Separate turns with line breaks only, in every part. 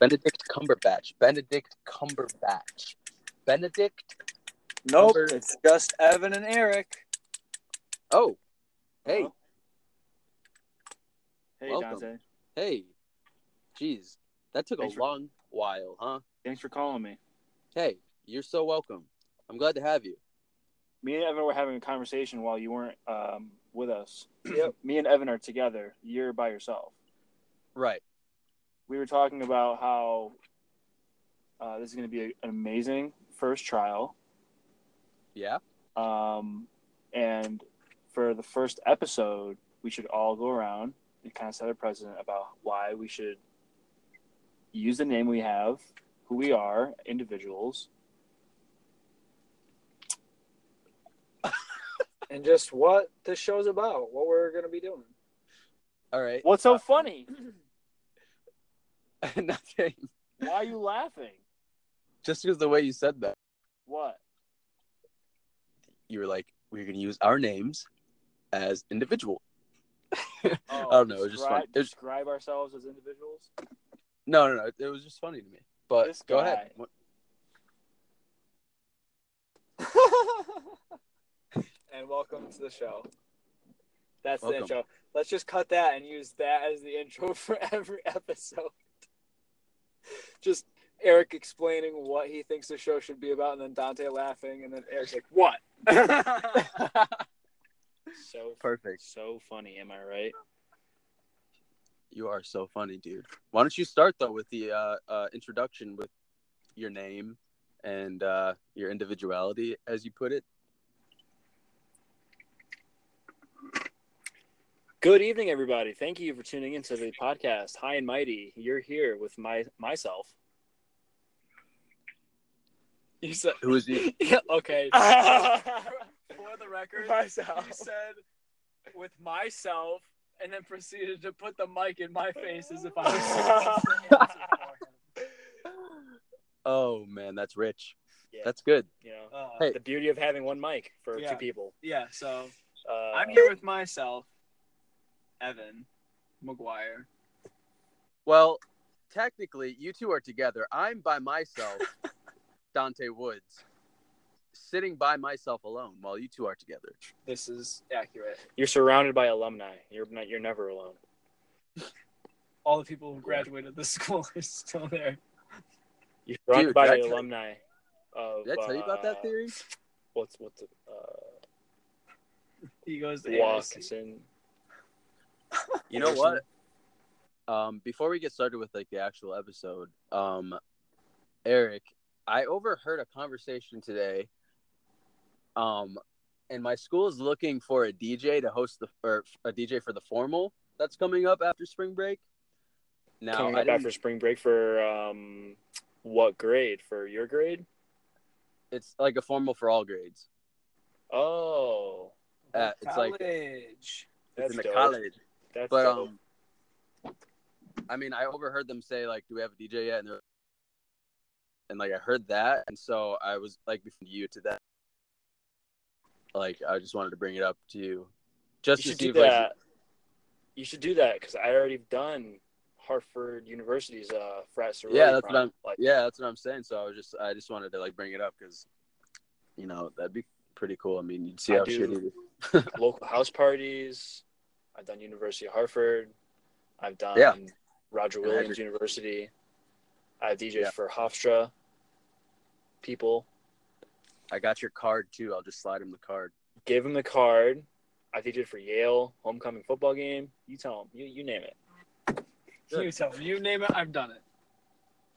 Benedict Cumberbatch. Benedict Cumberbatch. Benedict.
Nope,
Number-
it's just Evan and Eric.
Oh, hey,
Oh. Hey,
Welcome.
Dante.
hey. Jeez, that took
Thanks
a
for-
long while, huh?
Thanks for calling me.
Hey, you're so welcome. I'm glad to have you.
Me and Evan were having a conversation while you weren't um, with us.
Yep.
me and Evan are together. You're by yourself.
Right.
We were talking about how uh, this is going to be a, an amazing first trial.
Yeah.
Um, and for the first episode, we should all go around and kind of set a precedent about why we should use the name we have, who we are, individuals.
and just what this show's about, what we're gonna be doing.
All right.
What's so funny?
Nothing.
Why are you laughing?
Just because the way you said that,
What?
you were like, we're gonna use our names as individual.
Oh,
don't know, it was just
describe-
funny. It was-
Describe ourselves as individuals.
No, no, no. It was just funny to me. But
This
go
guy.
ahead. What-
and welcome to the show. That's
Welcome.
the intro. Let's just cut that and use that as the intro for every episode. Just Eric explaining what he thinks the show should be about, and then Dante laughing, and then Eric's like, "What?"
So
Perfect.
so funny, am I right?
You are so funny, dude. Why don't you start though with the uh, uh, introduction with your name and uh, your individuality, as you put it?
Good evening, everybody. Thank you for tuning into the podcast. High and mighty, you're here with my myself.
You said,
Who is you?
"Yeah, okay." for the record,
Myself.
you said with myself, and then proceeded to put the mic in my face as if I was supposed to answer for him.
Oh man, that's rich.
Yeah.
That's good.
you know,
Uh,
Hey.
the beauty of having one mic for
Yeah.
two people.
Yeah, so
Uh,
I'm here with myself, Evan McGuire.
Well, technically, you two are together. I'm by myself, Dante Woods, sitting by myself alone, while you two are together.
This is accurate.
You're surrounded by alumni. You're not. You're never alone.
All the people who graduated this school are still there.
You're surrounded by
did I
the
tell-
alumni. Of,
Did I tell you about
uh,
that theory?
What's what's uh,
He goes to AIC.
Watson?
You know
Anderson.
what? Um, before we get started with like the actual episode, um, Eric, I overheard a conversation today. Um, and my school is looking for a DJ to host the or a DJ for the formal that's coming up after spring break. Now,
Coming
I
up
didn't-
after spring break for um, what grade? For your grade?
it's like a formal for all grades.
Oh,
Uh, it's like-
college.
It's
that's
in the
dope.
college,
That's
but
dope.
um, I mean, I overheard them say like, "Do we have a DJ yet?" And they're and like I heard that, and so I was like, before you to that, like I just wanted to bring it up to you, just
you
to
should
see
do
if like,
that. You should do that because I already done Hartford University's uh, frat sorority.
Yeah, that's
prom.
what I'm-
Like,
yeah, that's what I'm saying. So I was just I just wanted to like bring it up because, you know, that'd be pretty cool. I mean, you'd see
I
how
do.
shitty. it is.
local house parties. I've done University of Hartford. I've done
Yeah.
Roger
And I
Williams University. I have DJs
Yeah.
for Hofstra people.
I got your card too. I'll just slide him the card.
Gave him the card. I DJed for Yale homecoming football game. You tell him. You, you name it.
Good.
You tell me. You name it. I've done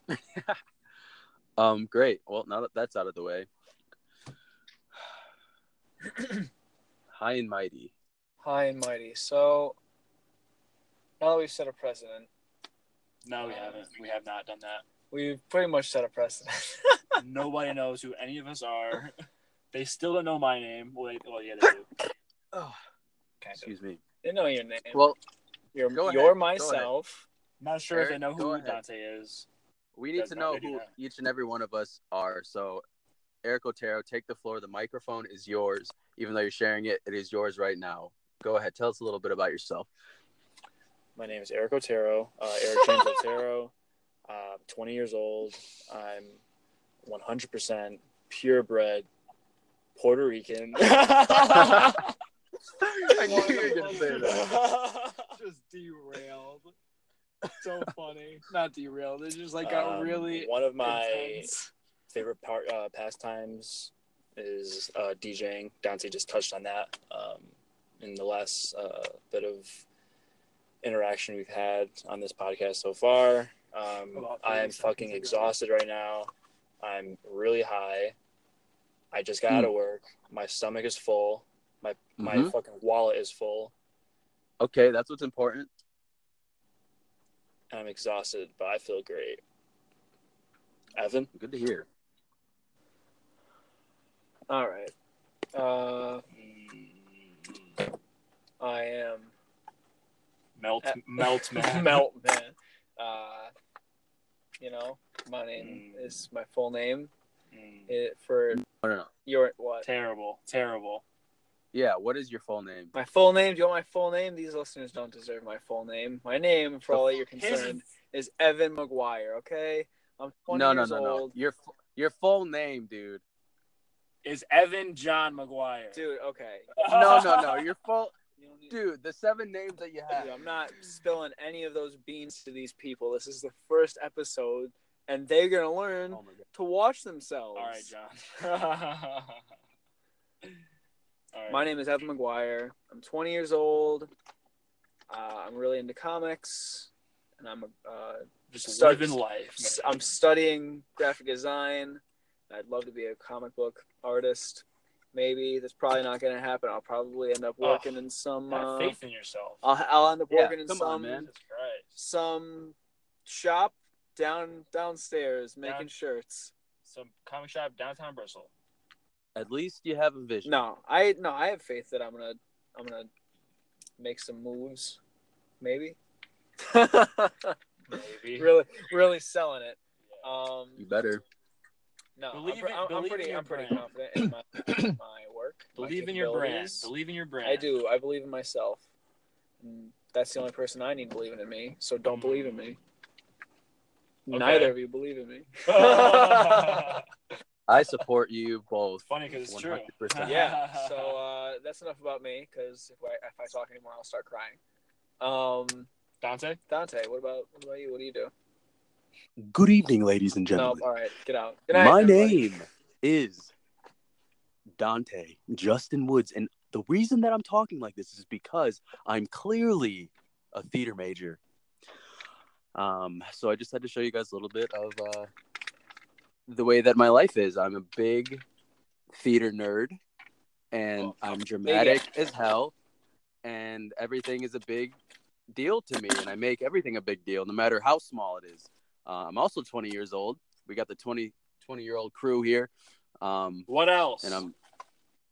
it.
Um, great. Well, now that that's out of the way, high and mighty.
High and mighty. So now that we've set a precedent,
No,
we haven't.
We have not done that.
we've pretty much set a precedent.
Nobody knows who any of us are. They still don't know my name. Well, yeah, they do.
Oh,
kind of.
excuse me.
They know your name.
Well,
you're
go ahead,
you're
go ahead.
myself.
Not sure if they
Eric,
know
go
who
ahead.
Dante is.
we need
Does
to
not
know
really do
who
that.
each and every one of us are. So, Eric Otero, take the floor. The microphone is yours. Even though you're sharing it, it is yours right now. Go ahead. Tell us a little bit about yourself.
My name is Eric Otero, uh, Eric James Otero. Uh, 20 years old. I'm 100% purebred Puerto Rican.
I
One
knew you were gonna
of
say that.
those- just derailed. So funny. Not derailed. It's just like got
Um,
really
one of my
intense.
favorite part uh, pastimes is uh, DJing. Dante just touched on that um, in the last uh, bit of interaction we've had on this podcast so far. Um,
About
I am
30 seconds
fucking
ago.
exhausted right now. I'm really high. I just got out of work. My stomach is full. My my
Mhm.
fucking wallet is full.
Okay, that's what's important.
And I'm exhausted, but I feel great. Evan,
Good to hear.
All right. Uh, I am
Melt,
Uh,
melt, man.
Melt Man. Uh, you know, my name
Mm.
is my full name.
Mm.
It, for
I don't know.
your what?
Terrible, terrible.
Yeah, what is your full name?
My full name. Do you want my full name? These listeners don't deserve my full name. My name, for all that you're concerned, is Evan McGuire. Okay, I'm 20
No, no,
years
no, no.
old,
Your fu- your full name, dude.
Is Evan John McGuire?
dude. Okay,
No, no, no. Your full
you don't need
dude. The seven names that you have.
Dude, I'm not spilling any of those beans to these people. This is the first episode, and they're gonna learn
Oh my god.
to watch themselves.
All right, John. All right.
My name is Evan McGuire. I'm 20 years old. Uh, I'm really into comics, and I'm a, uh,
just
start-
living life.
s- I'm studying graphic design. I'd love to be a comic book artist. Maybe that's probably not going to happen. I'll probably end up working in some.
Have
Uh,
faith in yourself.
I'll, I'll end up
Yeah,
working in
come
some
on, man.
Jesus Christ.
some shop down downstairs making
Down-
shirts.
Some comic shop downtown Bristol.
At least you have a vision.
No, I no, I have faith that I'm gonna I'm gonna make some moves, maybe.
Maybe.
really, really selling it. Um,
You better.
no, I'm,
Believe
pre-
in-
I'm, I'm
believe
pretty,
in your
I'm pretty
brand.
confident in my, my work. my
Believe in your brand.
capabilities.
Believe in your brand.
I do. I believe in myself. And that's the only person I need believing in me. So don't believe in me.
Mm. Okay.
Neither of you believe in me.
it's
I support you both.
funny because it's true.
100%.
yeah. So uh, that's enough about me because if I, if I talk anymore, I'll start crying. Um,
Dante,
Dante, what about what about you? What do you do?
Good evening, ladies and
No, all right, get out. Good night,
My
everybody.
name is Dante Justin Woods, and the reason that I'm talking like this is because I'm clearly a theater major. Um, so I just had to show you guys a little bit of uh, the way that my life is. I'm a big theater nerd,
Oh,
and I'm dramatic as hell, and everything is a big deal to me, and I make everything a big deal, no matter how small it is. Uh, I'm also 20 years old. We got the 20 20 year old crew here. Um,
what else?
and I'm,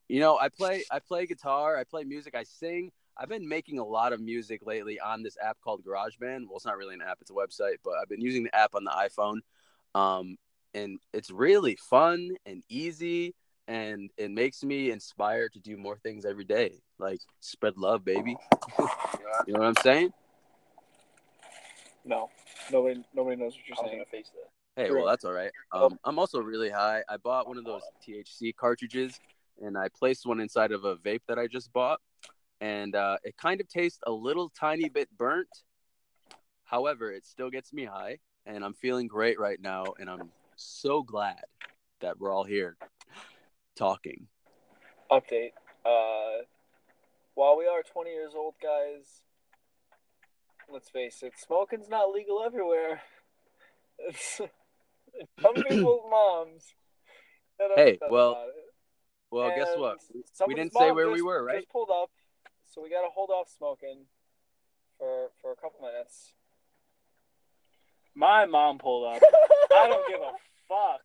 you know, I play I play guitar, I play music, I sing. I've been making a lot of music lately on this app called GarageBand. Well, it's not really an app; it's a website, but I've been using the app on the iPhone, um, and it's really fun and easy, and it makes me inspired to do more things every day. Like spread love, baby. you know what I'm saying?
No, nobody, nobody knows what
I
you're
was
saying.
gonna face that.
Hey, well, that's all right. Um, I'm also really high. I bought one of those THC cartridges and I placed one inside of a vape that I just bought. And uh, it kind of tastes a little tiny bit burnt. However, it still gets me high and I'm feeling great right now. And I'm so glad that we're all here talking.
Update. Uh, while we are 20 years old, guys, let's face it, smoking's not legal everywhere. It's some people's moms. that are
Hey,
upset
well,
about it.
Well, guess
And
what? We
someone's
didn't say
mom
where we
just-
were, right?
Just pulled up, so we got to hold off smoking for for a couple minutes.
My mom pulled up. I don't give a fuck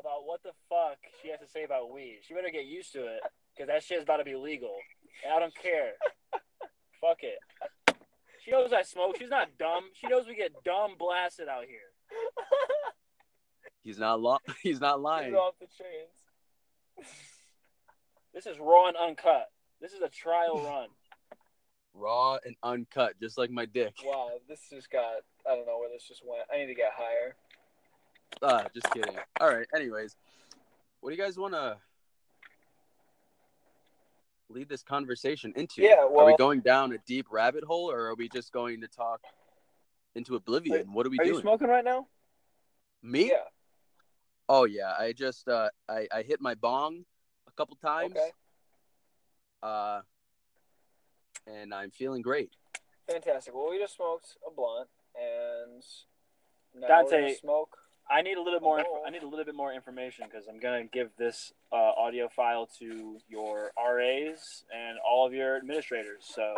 about what the fuck she has to say about weed. She better get used to it because that shit's about to be legal, and I don't care. fuck it. She knows I smoke. She's not dumb. She knows we get dumb blasted out here.
He's not lo- he's not
She's
lying.
off the chains.
This is raw and uncut. This is a trial run.
raw and uncut, just like my dick.
Wow, this just got. I don't know where this just went. I need to get higher.
Ah, just kidding. All right. Anyways, what do you guys want to lead this conversation into?
Yeah,
are we
well-
going down a deep rabbit hole, or are we just going to talk into oblivion? what are we
Are
doing?
you smoking right now?
Me?
Yeah.
Oh yeah. I just uh, I I hit my bong a couple times.
Okay.
Uh, and I'm feeling great.
Fantastic. Well, we just smoked a blunt and now
Dante-
we're gonna smoke.
I need a little more.
Oh.
I need a little bit more information because I'm gonna give this uh, audio file to your RAs and all of your administrators. So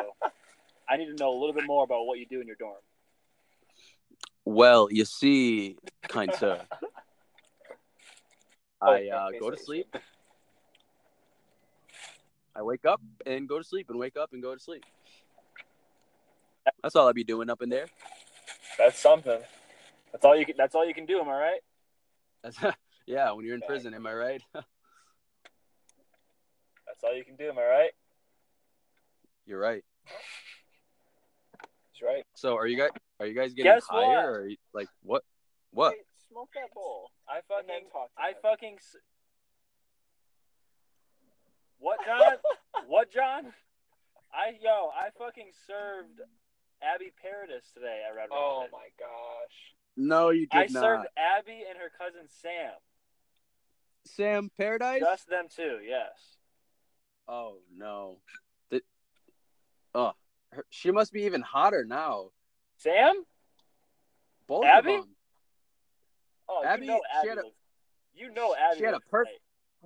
I need to know a little bit more about what you do in your dorm.
Well, you see, kind sir. I
Oh,
uh,
okay,
go to
so-
sleep. I wake up and go to sleep and wake up and go to sleep. That's all I'd be doing up in there.
That's something.
That's all you. Can, that's all you can do. Am I right?
That's, yeah, when you're in
Okay.
prison, am I right?
That's all you can do. Am I right?
you're right.
That's right.
So are you guys are you guys getting
Guess
higher
what?
or are you, like what what?
Wait, smoke that bowl.
I
And then
fucking.
talk to
I
him.
fucking. s- What, John? what, John? I yo. I fucking served Abby Paradis today at Red
Oh
Robin.
my gosh.
No, you
I served Abby and her cousin Sam.
Sam Paradise?
Just them two, yes.
Oh no. That oh her, she must be even hotter now.
Sam?
Both
Abby?
of them.
Oh,
Abby-
you know
she
Abby.
had a-
looked- you know Abby.
she had a
looked
perf-
great.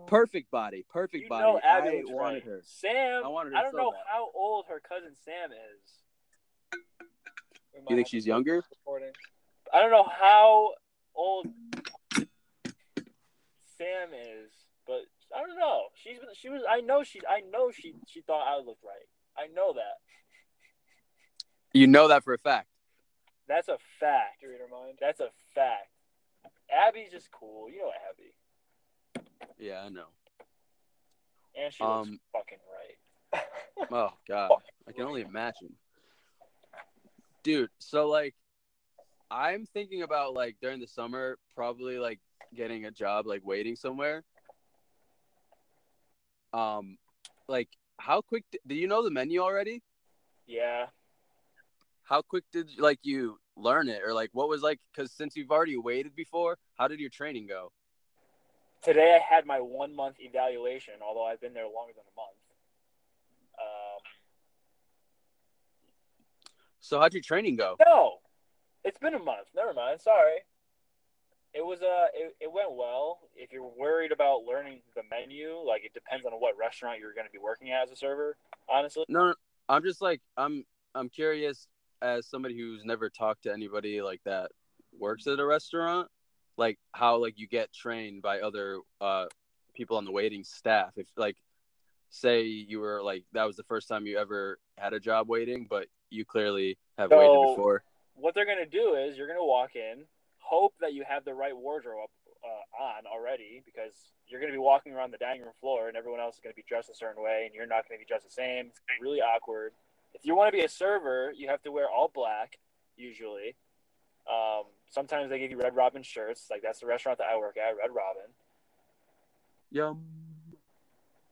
Perfect body. Perfect
You
body.
know Abby
I
looked
wanted
great.
her.
Sam,
I
I,
wanted her
don't
so
know
bad.
how old her cousin Sam is.
We might
You think
have
she's
to
younger?
stop Recording.
I don't know how old Sam is, but I don't know. She's she was. I know she. I know she. She thought I looked right. I know that.
You know that for a fact.
That's a fact.
Do you read her mind?
That's a fact. Abby's just cool. You know Abby,
Yeah, I know.
and she looks
Um,
fucking right.
Oh god, I can only imagine, dude. So like, I'm thinking about like during the summer, probably like getting a job, like waiting somewhere. Um, like how quick d- do you know the menu already?
Yeah.
How quick did like you learn it, or like what was like? Because since you've already waited before, how did your training go?
Today I had my one month evaluation, although I've been there longer than a month. Um,
So how'd your training go?
no, it's been a month. Never mind. Sorry. It was uh, it, it went well. If you're worried about learning the menu, like it depends on what restaurant you're going to be working at as a server. Honestly,
No, no, I'm just like I'm. I'm curious as somebody who's never talked to anybody like that works at a restaurant, like how like you get trained by other uh people on the waiting staff. If like say you were like that was the first time you ever had a job waiting, but you clearly have
So-
waited before.
what they're going to do is you're going to walk in, hope that you have the right wardrobe uh, on already because you're going to be walking around the dining room floor and everyone else is going to be dressed a certain way and you're not going to be dressed the same. It's gonna be really awkward. If you want to be a server, you have to wear all black usually. Um, sometimes they give you Red Robin shirts. Like that's the restaurant that I work at, Red Robin.
Yum.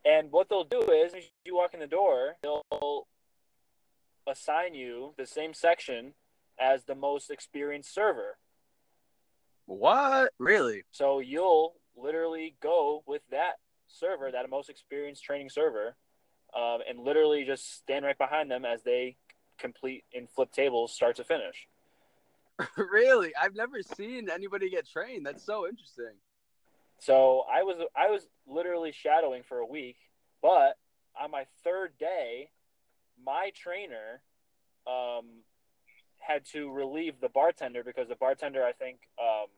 And what they'll do is, as you walk in the door, they'll assign you the same section as the most experienced server.
What? Really?
So you'll literally go with that server, that most experienced training server, um, and literally just stand right behind them as they complete and flip tables start to finish.
really? I've never seen anybody get trained. That's so interesting.
So I was I was literally shadowing for a week, but on my third day, my trainer um, had to relieve the bartender because the bartender I think um,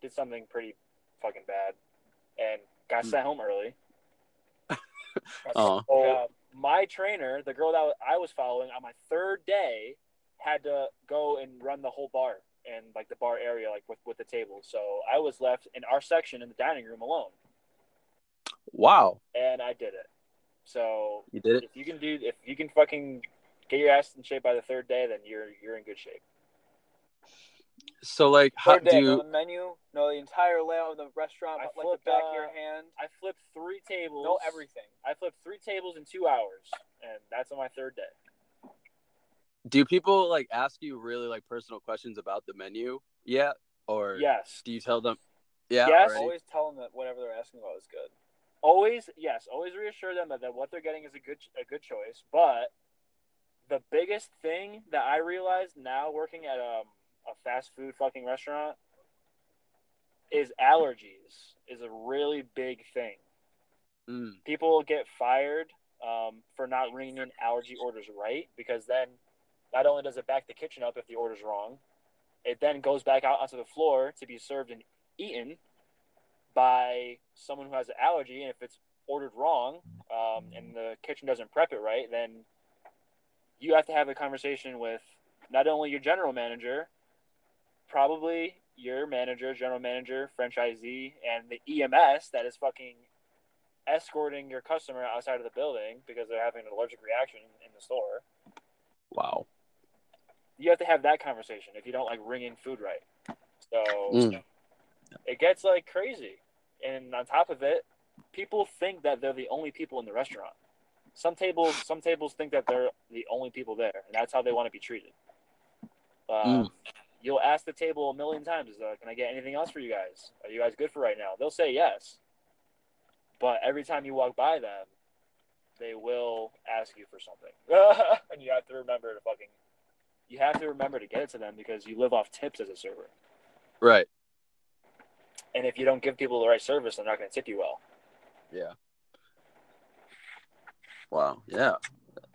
did something pretty fucking bad and got
Hmm.
sent home early.
Oh.
So my trainer, the girl that I was following on my third day, had to go and run the whole bar and like the bar area, like with, with the tables. So I was left in our section in the dining room alone,
Wow.
and I did it. So
You did it.
if you can do, if you can fucking
Get your ass in shape by the third day, then you're you're in good shape.
So like, how
Third
do
day, know
you,
the menu, know the entire layout of the restaurant,
I
like
flipped,
the back of
uh,
your hand,
I flipped three tables.
know everything.
I flipped three tables in two hours, and that's on my third day.
do people like ask you really like personal questions about the menu yet, or
Yes,
do you tell them? Yeah.
Yes.
already?
Always tell them that whatever they're asking about is good.
always yes, always reassure them that, that what they're getting is a good a good choice. But the biggest thing that I realized now working at um, a fast food fucking restaurant is allergies is a really big thing.
Mm.
people get fired um, for not ringing in allergy orders right because then not only does it back the kitchen up if the order's wrong, it then goes back out onto the floor to be served and eaten by someone who has an allergy. And if it's ordered wrong um, and the kitchen doesn't prep it right, then you have to have a conversation with not only your general manager, probably your manager, general manager, franchisee, and the EMS that is fucking escorting your customer outside of the building because they're having an allergic reaction in the store.
Wow.
You have to have that conversation if you don't like ring in food right. So
Mm.
it gets like crazy. And on top of it, people think that they're the only people in the restaurant. Some tables, some tables think that they're the only people there, and that's how they want to be treated. Um, You'll ask the table a million times, uh, "Can I get anything else for you guys? Are you guys good for right now?" They'll say yes, but every time you walk by them, they will ask you for something, and you have to remember to fucking, you have to remember to get it to them because you live off tips as a server.
Right.
And if you don't give people the right service, they're not going to tip you well.
Yeah. Wow. Yeah.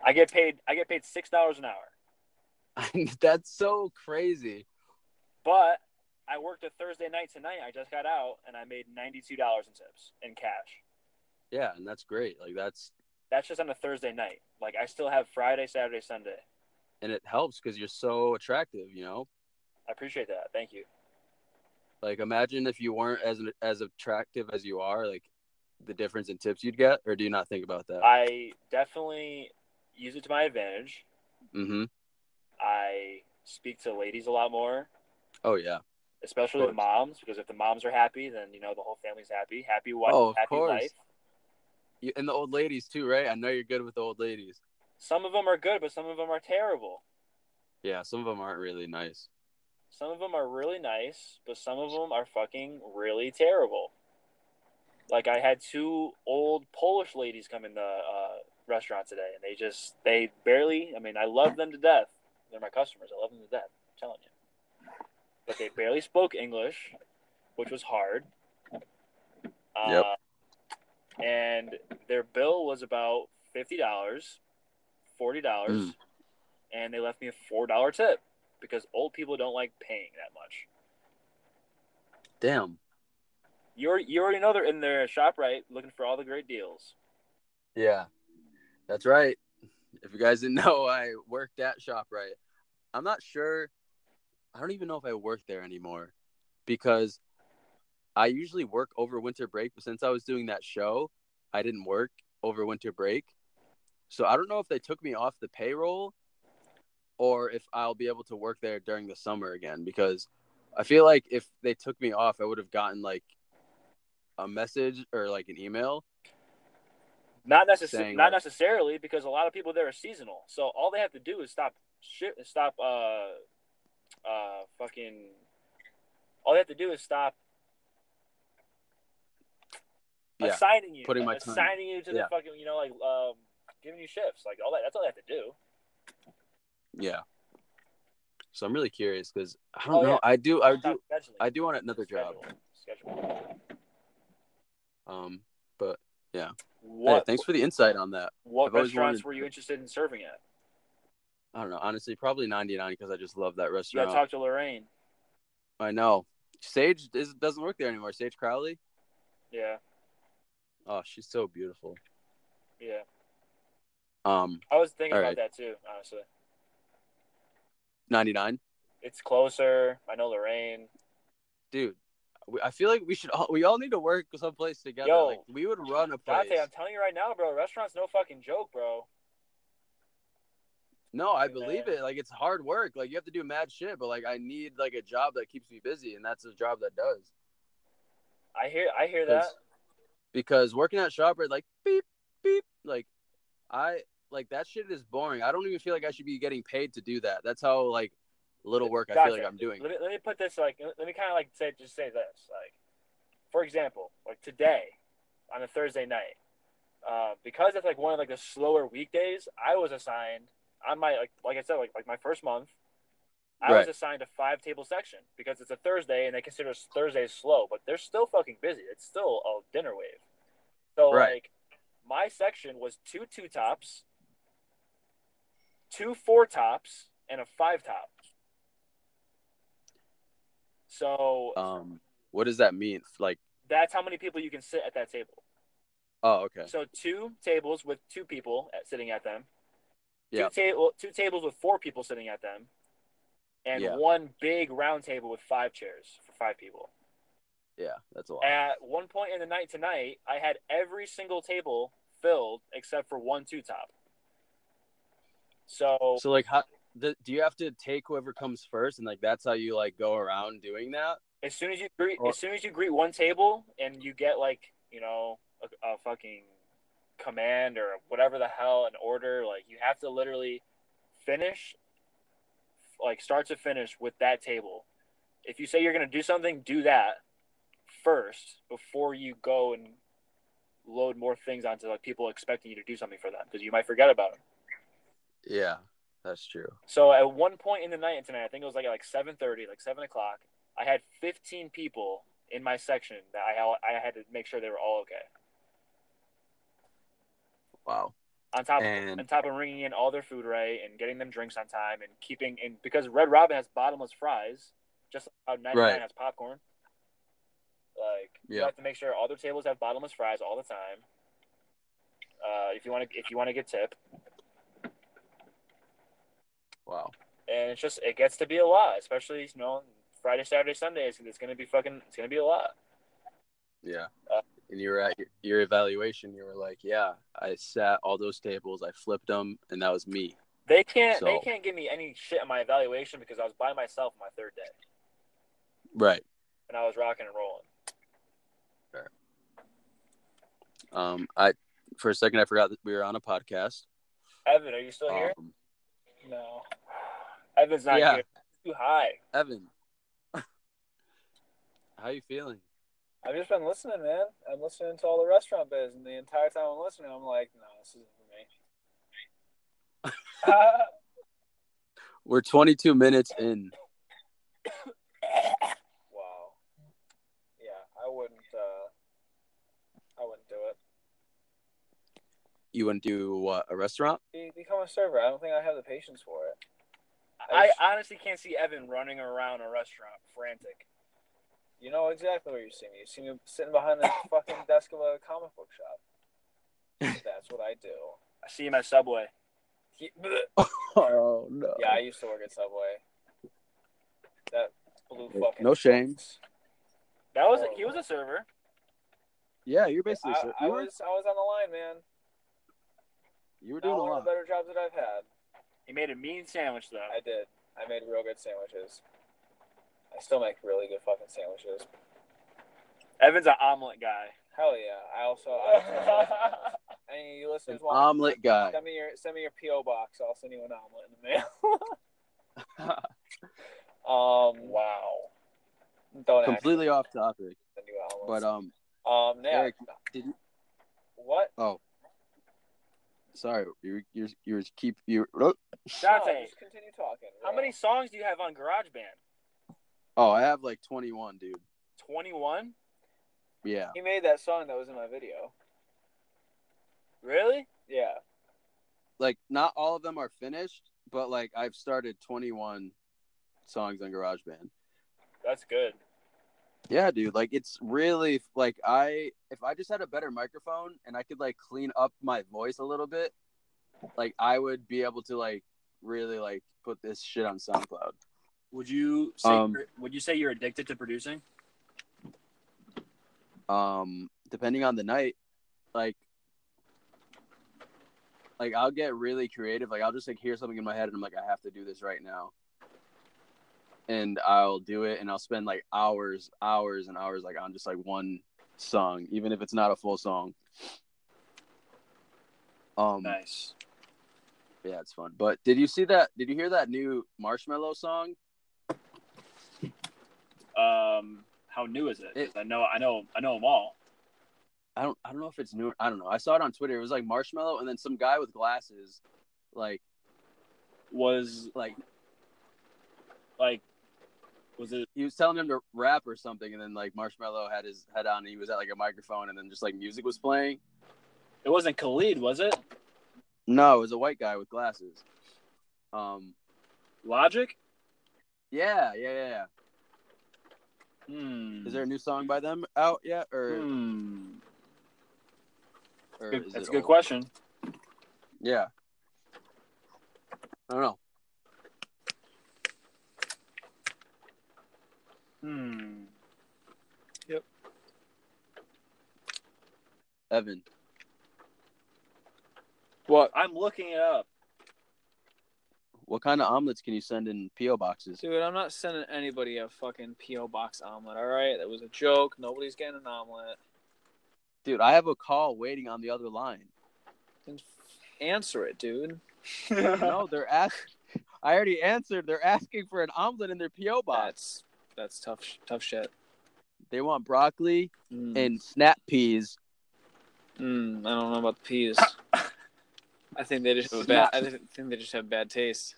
I get paid. I get paid six dollars an hour,
That's so crazy.
but I worked a Thursday night tonight. I just got out and I made ninety two dollars in tips in cash.
Yeah, and that's great. Like that's
That's just on a Thursday night. Like I still have Friday, Saturday, Sunday.
and it helps because you're so attractive. You know,
I appreciate that. Thank you.
like imagine if you weren't as as attractive as you are, like the difference in tips you'd get. Or do you not think about that?
I definitely use it to my advantage.
mm-hmm.
I speak to ladies a lot more,
Oh yeah.
especially
Of
the
course.
moms, because if the moms are happy, then you know the whole family's happy. Happy wife,
Oh, of
happy
course.
life.
You, and the old ladies too, right? I know you're good with the old ladies.
Some of them are good, but some of them are terrible.
Yeah, some of them aren't really nice.
Some of them are really nice, but some of them are fucking really terrible. Like I had two old Polish ladies come in the uh, restaurant today, and they just they barely. I mean, I love them to death. They're my customers. I love them to death. I'm telling you. But they barely spoke English, which was hard. Uh, And their bill was about fifty dollars, forty dollars,
Mm.
and they left me a four dollar tip because old people don't like paying that much.
Damn.
You already, you already know they're in their shop right looking for all the great deals.
Yeah, that's right. If you guys didn't know, I worked at Shoprite. I'm not sure. I don't even know if I work there anymore because I usually work over winter break. But since I was doing that show, I didn't work over winter break. So I don't know if they took me off the payroll or if I'll be able to work there during the summer again because I feel like if they took me off, I would have gotten like a message or like an email
Not necessarily
Saying what?
not necessarily because a lot of people there are seasonal. So all they have to do is stop shit stop uh uh fucking all they have to do is stop
Yeah.
assigning you
Putting my time.
assigning you to the
Yeah.
fucking you know like um giving you shifts like all that that's all they have to do.
Yeah. So I'm really curious because I don't
Oh,
know.
yeah.
I do. I
Stop
do.
scheduling.
I do want another job.
Schedule. Schedule.
Um, but
What
yeah, thanks for the insight on that.
what
I've always
restaurants
wanted-
were you interested in serving at?
I don't know. Honestly, probably 99 because I just love that
You gotta
restaurant.
talk to Lorraine.
I know. Sage is, doesn't work there anymore. Sage Crowley.
Yeah,
Oh, she's so beautiful.
yeah.
Um,
I was thinking
All
about
right.
that too, honestly.
99,
It's closer. I know Lorraine.
dude. We, I feel like we should all we all need to work someplace together.
Yo.
like we would run a place.
Dante, I'm telling you right now, bro. Restaurants no fucking joke, bro.
No, I
Yeah.
believe it. Like it's hard work. Like you have to do mad shit, but like I need like a job that keeps me busy, and that's a job that does.
I hear I hear that.
Because working at ShopRite, like beep beep, like I like that shit is boring. I don't even feel like I should be getting paid to do that. That's how like little work I feel
Gotcha.
like I'm doing.
Let me, let me put this like let me kind of like say just say this like, for example, like today, on a Thursday night, uh, because it's like one of like the slower weekdays, I was assigned on my like like I said like like my first month, I
Right.
was assigned a five table section because it's a Thursday and they consider Thursdays slow, but they're still fucking busy. It's still a dinner wave, so
Right.
like my section was two two tops, two four tops, and a five top. So
Um, what does that mean? Like,
that's how many people you can sit at that table.
oh, okay,
So two tables with two people at, sitting at them.
Yeah.
Two, table, two tables with four people sitting at them, and
Yeah.
one big round table with five chairs for five people.
yeah, that's a lot.
At one point in the night tonight, I had every single table filled except for one two top. So
So like, how th- do you have to take whoever comes first, and like that's how you like go around doing that?
as soon as you greet,
Or-
as soon as you greet one table, and you get like you know a, a fucking command or whatever the hell an order, like you have to literally finish, like start to finish with that table. If you say you're gonna do something, do that first before you go and load more things onto like people expecting you to do something for them because you might forget about them.
Yeah, that's true.
So at one point in the night tonight, I think it was like at like seven thirty, like seven o'clock. I had fifteen people in my section that I I had to make sure they were all okay.
Wow.
On top of
And-
on top of bringing in all their food right and getting them drinks on time and keeping and because Red Robin has bottomless fries, just how ninety nine
Right.
has popcorn. Like you
Yeah.
have to make sure all their tables have bottomless fries all the time. Uh, if you want to if you want to get tip,
Wow.
and it's just it gets to be a lot, especially you know Friday, Saturday, Sunday. It's, it's gonna be fucking. It's gonna be a lot.
Yeah.
Uh,
and you were at your, your evaluation. You were like, "Yeah, I sat all those tables. I flipped them, and that was me."
They can't.
So-
They can't give me any shit on my evaluation because I was by myself my third day
Right.
and I was rocking and rolling.
Um. I for a second I forgot that we were on a podcast.
Evan, are you still here?
Um,
No. Evan's not
Yeah.
here. Too high.
Evan, how you feeling?
I've just been listening, man. I'm listening to all the restaurant biz, and the entire time I'm listening, I'm like, no, this isn't for me.
We're 22 minutes in.
wow. Yeah, I wouldn't. Uh, I wouldn't do it.
You wouldn't do what? A restaurant?
Be, become a server. I don't think I have the patience for it.
I honestly can't see Evan running around a restaurant frantic.
You know exactly where you see me. You see me sitting behind the fucking desk of a comic book shop. That's what I do.
I see him at Subway.
He-
Oh no.
yeah, I used to work at Subway. That blue
No
fucking.
shame.
That was he was a server.
Yeah, you're basically
I,
ser-
I
you, were,
was I was on the line, man.
you were doing a
Not one of
lot.
the better jobs that I've had.
He made a mean sandwich though.
I did. I made real good sandwiches. I still make really good fucking sandwiches.
Evan's an omelet guy.
Hell yeah! I also. I also any of you listeners
An
want
Um,
omelet guy.
Send me your send me your PO box. I'll send you an omelet in the mail. um.
wow.
Don't
Completely off topic,
actually send you
but
omelets.
um,
uh,
um. Yeah.
Eric, did you-
What?
sorry, you you you were keep you.
Dante,
No, just continue talking.
how
bro.
many songs do you have on GarageBand?
Oh, I have like 21, dude.
Twenty one.
Yeah,
He made that song that was in my video.
Really?
Yeah.
like not all of them are finished, but like I've started 21 songs on GarageBand.
That's good.
Yeah, dude. Like it's really like I if I just had a better microphone and I could like clean up my voice a little bit, like I would be able to like really like put this shit on SoundCloud.
Would you say
Um,
you're- would you say you're addicted to producing?
Um, depending on the night, like like I'll get really creative. Like I'll just like hear something in my head and I'm like, I have to do this right now. And I'll do it and I'll spend like hours, hours and hours like on just like one song, even if it's not a full song. Um
Nice.
yeah, it's fun. But did you see that did you hear that new marshmallow song?
Um, how new is it? 'Cause I know, I know, I know them all.
I don't I don't know if it's new I don't know. I saw it on Twitter. It was like marshmallow and then some guy with glasses like
Was
like
like, was it?
he was telling him to rap or something and then like marshmallow had his head on and he was at like a microphone and then just like music was playing.
It wasn't Khalid, was it?
No, it was a white guy with glasses. Um,
Logic.
yeah, yeah, yeah. yeah.
Hmm.
Is there a new song by them out yet, or,
Hmm.
or
Good-
is
That's
it
a good
old?
question.
Yeah, I don't know.
Hmm.
Evan,
What?
I'm looking it up.
what kind of omelets can you send in PO boxes?
Dude, I'm not sending anybody a fucking P.O. box omelet, alright? That was a joke. Nobody's getting an omelet.
Dude, I have a call waiting on the other line.
Then answer it, dude.
no, they're asking. I already answered. They're asking for an omelet in their PO box.
That's that's tough sh- tough shit.
They want broccoli
Mm.
and snap peas.
Mm, I don't know about the peas. I think they just have bad, I think they just have bad taste.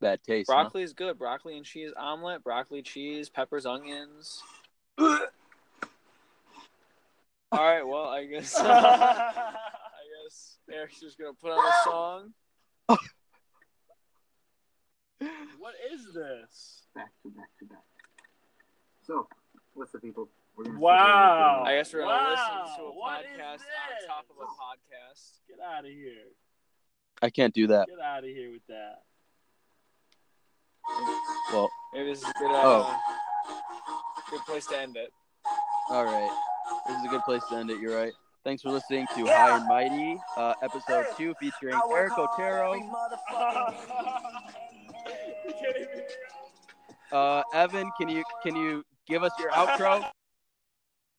Bad taste. huh?
Broccoli is good. Broccoli and cheese omelet. Broccoli, cheese, peppers, onions. All right. Well, I guess I guess Eric's just gonna put on a song.
What is this?
back to back to back. So, what's the people? We're gonna
Wow.
I guess we're gonna
Wow,
listen to a
what is
podcast
this?
on top of a podcast.
Get out of here.
I can't do that.
Get out of here with that.
Well,
Maybe this is a good, uh,
Oh.
good place to end it.
All right. This is a good place to end it. You're right. Thanks for listening to High and Mighty, uh, episode two featuring Eric Otero,
You can't even-
uh, Evan. Can you can you give us your outro?